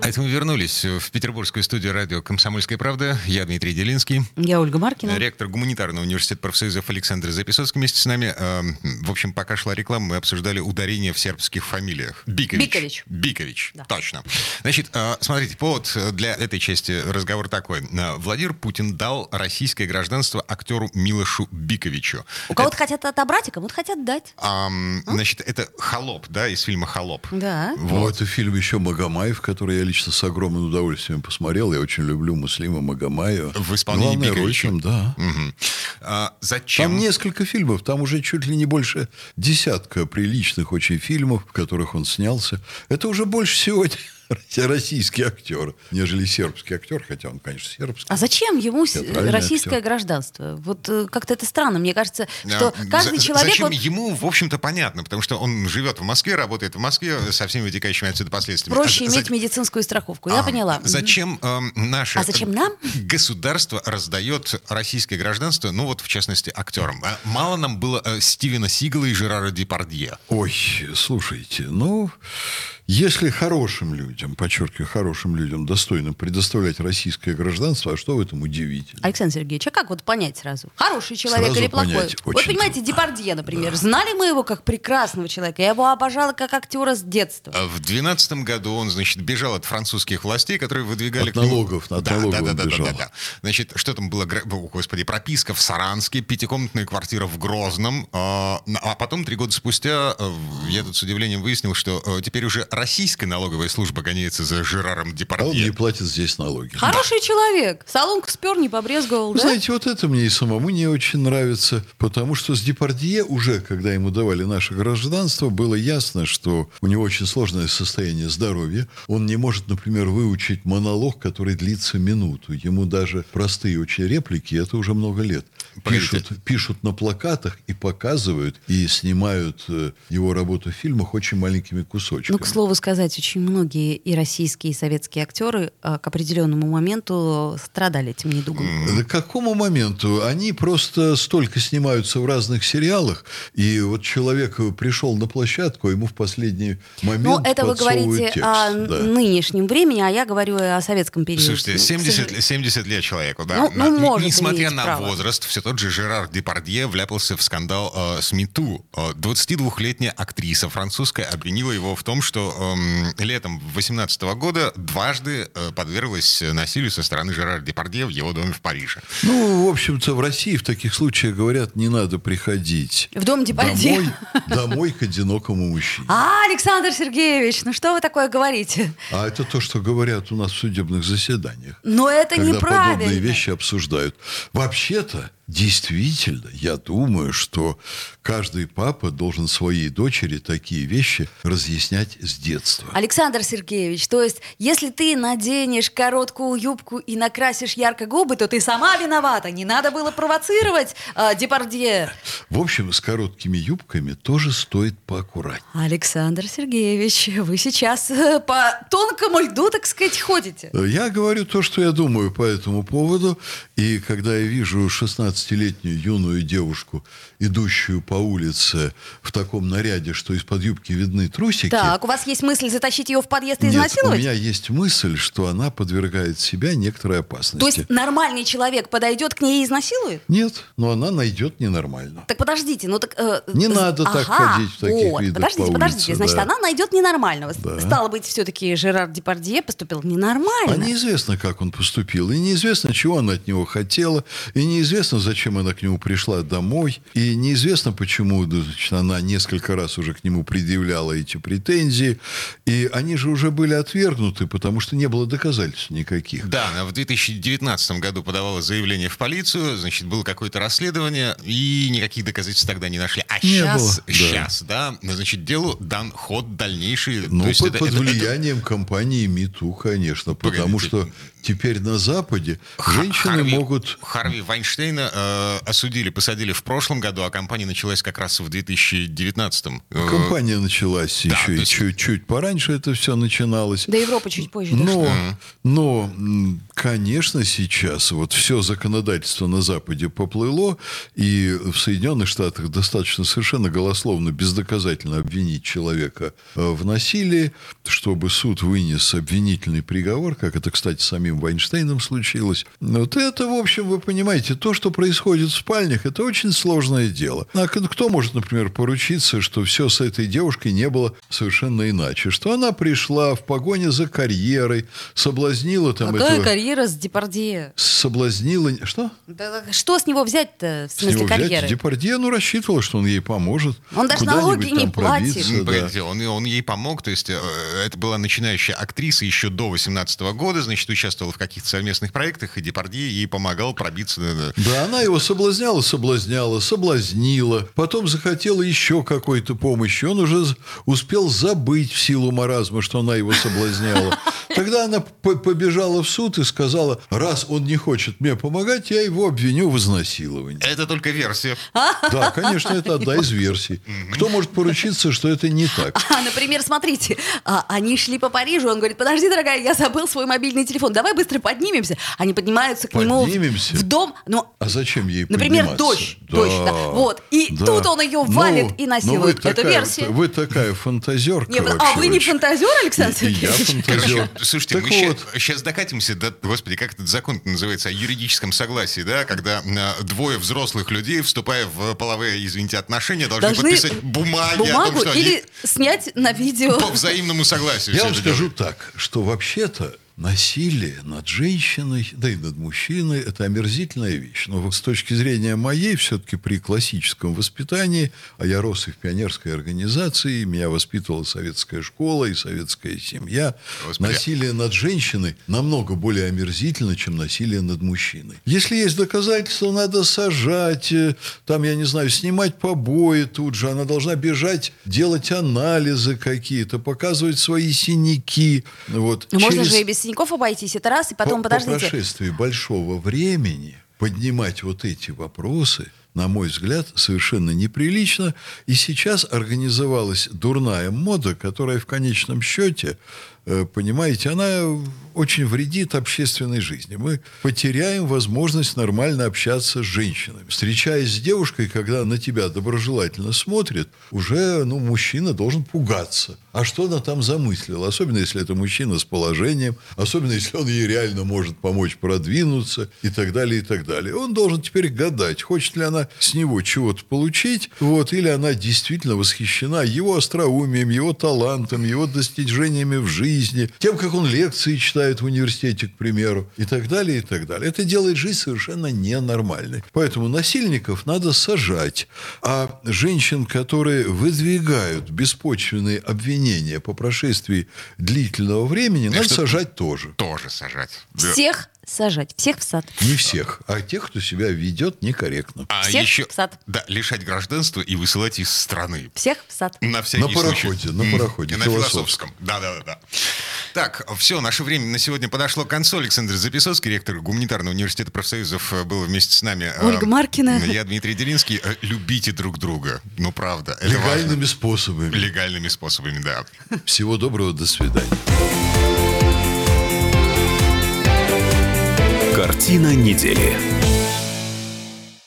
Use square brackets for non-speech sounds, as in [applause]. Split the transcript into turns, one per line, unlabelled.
А это мы вернулись в петербургскую студию радио «Комсомольская правда». Я Дмитрий Делинский.
Я Ольга Маркина.
Ректор гуманитарного университета профсоюзов Александр Записоцкий вместе с нами. Эм, В общем, пока шла реклама, мы обсуждали ударение в сербских фамилиях. Бикович.
Бикович.
Бикович,
Да.
точно. Значит, э, смотрите, повод для этой части разговор такой. Э, Владимир Путин дал российское гражданство актеру Милошу Биковичу.
У кого-то А? хотят отобрать, а кому-то хотят дать.
Ам, значит, это «Холоп», да, из фильма «Холоп».
Да.
Ну, это фильм еще Магомаев, который я лично с огромным удовольствием посмотрел. Я очень люблю Муслима Магомаева.
В исполнении
Главная роль
Биковича.
там, да.
Мгм. А зачем?
Там несколько фильмов, там уже чуть ли не больше десятка приличных очень фильмов, в которых он снялся. Это уже больше сегодня [laughs] российский актер, нежели сербский актер, хотя он, конечно, сербский.
А зачем ему с-
Театральный
российское
актер.
гражданство? Вот э, как-то это странно. Мне кажется, что
А,
каждый
за-
человек...
Зачем
вот-
ему, в общем-то, понятно, потому что он живет в Москве, работает в Москве со всеми вытекающими отсюда последствиями.
Проще
А за- А,
иметь медицинскую страховку. Я
Ага.
поняла. Мгм.
Зачем эм, наше
А зачем нам?
государство раздает российское гражданство, ну вот в частности актерам? А Мало нам было э, Стивена Сигала и Жерара Депардье.
Ой, слушайте, ну, если хорошим людям, подчеркиваю, хорошим людям достойно предоставлять российское гражданство, а что в этом удивительно?
Александр Сергеевич, а как вот понять сразу? Хороший человек
Сразу
или плохой?
понять
вот
очень
понимаете, Депардье, например, знали мы его как прекрасного человека. Я его обожала как актера с детства.
А В 2012 году он, значит, бежал от французских властей, которые выдвигали...
От
к нему-
налогов, от
да,
налогов
да, да,
он
да,
бежал.
да, да, да. Значит, что там было? Гра- О, господи, прописка в Саранске, пятикомнатная квартира в Грозном. А на- а потом, три года спустя, э, я тут с удивлением выяснил, что э, теперь уже российская налоговая служба гоняется за Жераром
А он не
Депардье.
платит здесь налоги.
Хороший человек. Солонку спер, не побрезговал,
А, Вы
да?
знаете, вот это мне и самому не очень нравится, потому что с Депардье уже, когда ему давали наше гражданство, было ясно, что у него очень сложное состояние здоровья. Он не может, например, выучить монолог, который длится минуту. Ему даже простые очень реплики, это уже много лет.
Погодите.
Пишут, пишут на плакатах и показывают, и снимают э, его работу в фильмах очень маленькими кусочками.
Ну, к слову сказать, очень многие и российские, и советские актеры а, к определенному моменту страдали этим недугом.
Да К какому моменту? Они просто столько снимаются в разных сериалах, и вот человек пришел на площадку, а ему в последний момент
Ну, это вы
подсовывают
говорите а, ну,
текст,
о н-
да.
нынешнем времени, а я говорю о советском периоде. Ну,
Слушайте,
К
70,
сожалению.
лет- 70 лет человеку, да.
Ну, ну,
На-
может
Несмотря
иметь
на
право.
возраст, все тот же Жерар Депардье вляпался в скандал э, с МИТУ. 22-летняя актриса французская обвинила его в том, что эм, летом 2018 года дважды э, подверглась насилию со стороны Жерара Депардье в его доме в Париже.
Ну, в общем-то, в России в таких случаях говорят, не надо приходить
В дом Депардье.
домой, домой к одинокому мужчине.
[laughs] А, Александр Сергеевич, ну что вы такое говорите?
А это то, что говорят у нас в судебных заседаниях.
Но это
когда
неправильно.
подобные вещи обсуждают. Вообще-то, действительно, я думаю, что каждый папа должен своей дочери такие вещи разъяснять с детства.
А Александр Сергеевич, то есть, если ты наденешь короткую юбку и накрасишь ярко губы, то ты сама виновата. Не надо было провоцировать а, Депардье.
В общем, с короткими юбками тоже стоит поаккуратнее.
Александр Сергеевич, вы сейчас э, по тонкому льду, так сказать, ходите.
Я говорю то, что я думаю по этому поводу. И когда я вижу 16-летнюю юную девушку, идущую по улице в таком наряде, что из-под юбки видны трусики,
Так, у вас есть мысль затащить ее в подъезд и
Нет, у
изнасиловать?
меня есть мысль, что она подвергает себя некоторой опасности.
То есть нормальный человек подойдет к ней и изнасилует?
Нет, но она найдет ненормально.
Так подождите, ну так... э,
Не
з-
надо так
ага,
ходить в таких
вот,
видах
Подождите,
по
подождите,
улице,
значит,
да.
она найдет ненормального. С-
Да.
Стало быть, все-таки Жерар Депардье поступил ненормально.
А неизвестно, как он поступил, и неизвестно, чего она от него хотела, и неизвестно, зачем она к нему пришла домой, и неизвестно, почему значит, она несколько раз уже к нему предъявляла эти претензии, и они же уже были отвергнуты, потому что не было доказательств никаких.
Да, она в 2019 году подавала заявление в полицию, значит, было какое-то расследование, и никаких доказательств тогда не нашли. А
Не
сейчас,
было, да.
сейчас, да. значит, делу дан ход дальнейший.
Ну,
То есть
под,
это-
под
это- это-
влиянием компании МИТУ, конечно, потому
Погодите.
что теперь на Западе
Ха-
женщины
Харви-
могут...
Харви Вайнштейна э, осудили, посадили в прошлом году, а кампания началась как раз в 2019. Э,
Компания началась
да,
еще
то
и
есть-
чуть-чуть пораньше это все начиналось.
Да Европа чуть позже
Но,
дошла.
но, м, конечно, сейчас вот все законодательство на Западе поплыло, и в Соединенных Штатах достаточно совершенно голословно, бездоказательно обвинить человека э, в насилии, чтобы суд вынес обвинительный приговор, как это, кстати, с самим Вайнштейном случилось. Вот это, в общем, вы понимаете, то, что происходит в спальнях, это очень сложное дело. А к- кто может, например, поручиться, что все с этой девушкой не было совершенно иначе? Что она пришла в погоне за карьерой, соблазнила там
Какая
этого...
карьера с Депардье?
Соблазнила... Что?
Да, да, что с него взять-то в
С него
смысле
взять?
карьеры?
Депардье, ну, рассчитывала, что он ей поможет.
Он даже
Куда-нибудь
налоги не
там
платит.
пробиться,
Ну,
да.
погодите, он, он ей помог, то есть э, это была начинающая актриса еще до 18 года, значит, участвовала в каких-то совместных проектах, и Депардье ей помогал пробиться. э,
Да, она его соблазняла, соблазняла, соблазнила. Потом захотела еще какой-то помощи. Он уже з- успел забыть в силу маразма, что она его соблазняла. Тогда она п- побежала в суд и сказала, раз он не хочет мне помогать, я его обвиню в изнасиловании.
Это только версия.
Да, конечно, это одна из версий. Кто может поручиться, что это не так?
А, например, смотрите, а, они шли по Парижу, он говорит, подожди, дорогая, я забыл свой мобильный телефон, давай быстро поднимемся. Они поднимаются к
Поднимемся?
нему в- в дом, ну,
А зачем ей
например,
подниматься?
дождь, дождь, да, вот, и
да.
тут он ее
Ну,
валит и
ну,
насилует.
вы
Это
такая-
версия.
Вы такая фантазерка
Не,
вообще.
а вы не
очень.
фантазер, Александр
И- и я
Сергеевич?
фантазер.
Короче, слушайте,
Так
мы
вот.
сейчас докатимся до, господи, как этот закон называется, о юридическом согласии, да, когда э, двое взрослых людей, вступая в половые, извините, отношения, должны,
Должны
подписать бумаги о том,
Бумагу
что
или
они
снять на видео.
по взаимному согласию
Я
всё
вам
это
скажу
делают.
так, что вообще-то насилие над женщиной, да и над мужчиной – это омерзительная вещь. Но вот с точки зрения моей, все-таки при классическом воспитании, а я рос и в пионерской организации, и меня воспитывала советская школа и советская семья,
Господи.
насилие над женщиной намного более омерзительно, чем насилие над мужчиной. Если есть доказательства, надо сажать, э, там, я не знаю, снимать побои тут же, она должна бежать, делать анализы какие-то, показывать свои синяки. Вот,
Можно
через-
же и без синяков обойтись, это раз, и потом,
по, по
подождите,
прошествии большого времени поднимать вот эти вопросы, на мой взгляд, совершенно неприлично. И сейчас организовалась дурная мода, которая в конечном счете, э, понимаете, она очень вредит общественной жизни. Мы потеряем возможность нормально общаться с женщинами. Встречаясь с девушкой, когда на тебя доброжелательно смотрит, уже ну, мужчина должен пугаться. А что она там замыслила? Особенно, если это мужчина с положением, особенно, если он ей реально может помочь продвинуться и так далее, и так далее. Он должен теперь гадать, хочет ли она с него чего-то получить, вот, или она действительно восхищена его остроумием, его талантом, его достижениями в жизни, тем, как он лекции читает в университете, к примеру, и так далее, и так далее. Это делает жизнь совершенно ненормальной. Поэтому насильников надо сажать, а женщин, которые выдвигают беспочвенные обвинения по прошествии длительного времени, надо
что-
сажать тоже.
Тоже сажать. Да.
всех сажать, всех в сад.
Не всех, а тех, кто себя ведет некорректно.
А
всех
еще,
в сад.
да, лишать гражданства и высылать из страны.
Всех в сад.
На всякий
На пароходе,
случай.
на
М,
пароходе,
и На
философском.
философском. Да-да-да. Так, все, наше время на сегодня подошло к концу. Александр Записовский, ректор Гуманитарного университета профсоюзов, э, был вместе с нами. Э,
Ольга Маркина.
Я Дмитрий Делинский. Э, Любите друг друга. Ну, правда. это
Легальными
важно.
способами.
Легальными способами, да.
Всего доброго, до свидания.
Картина недели.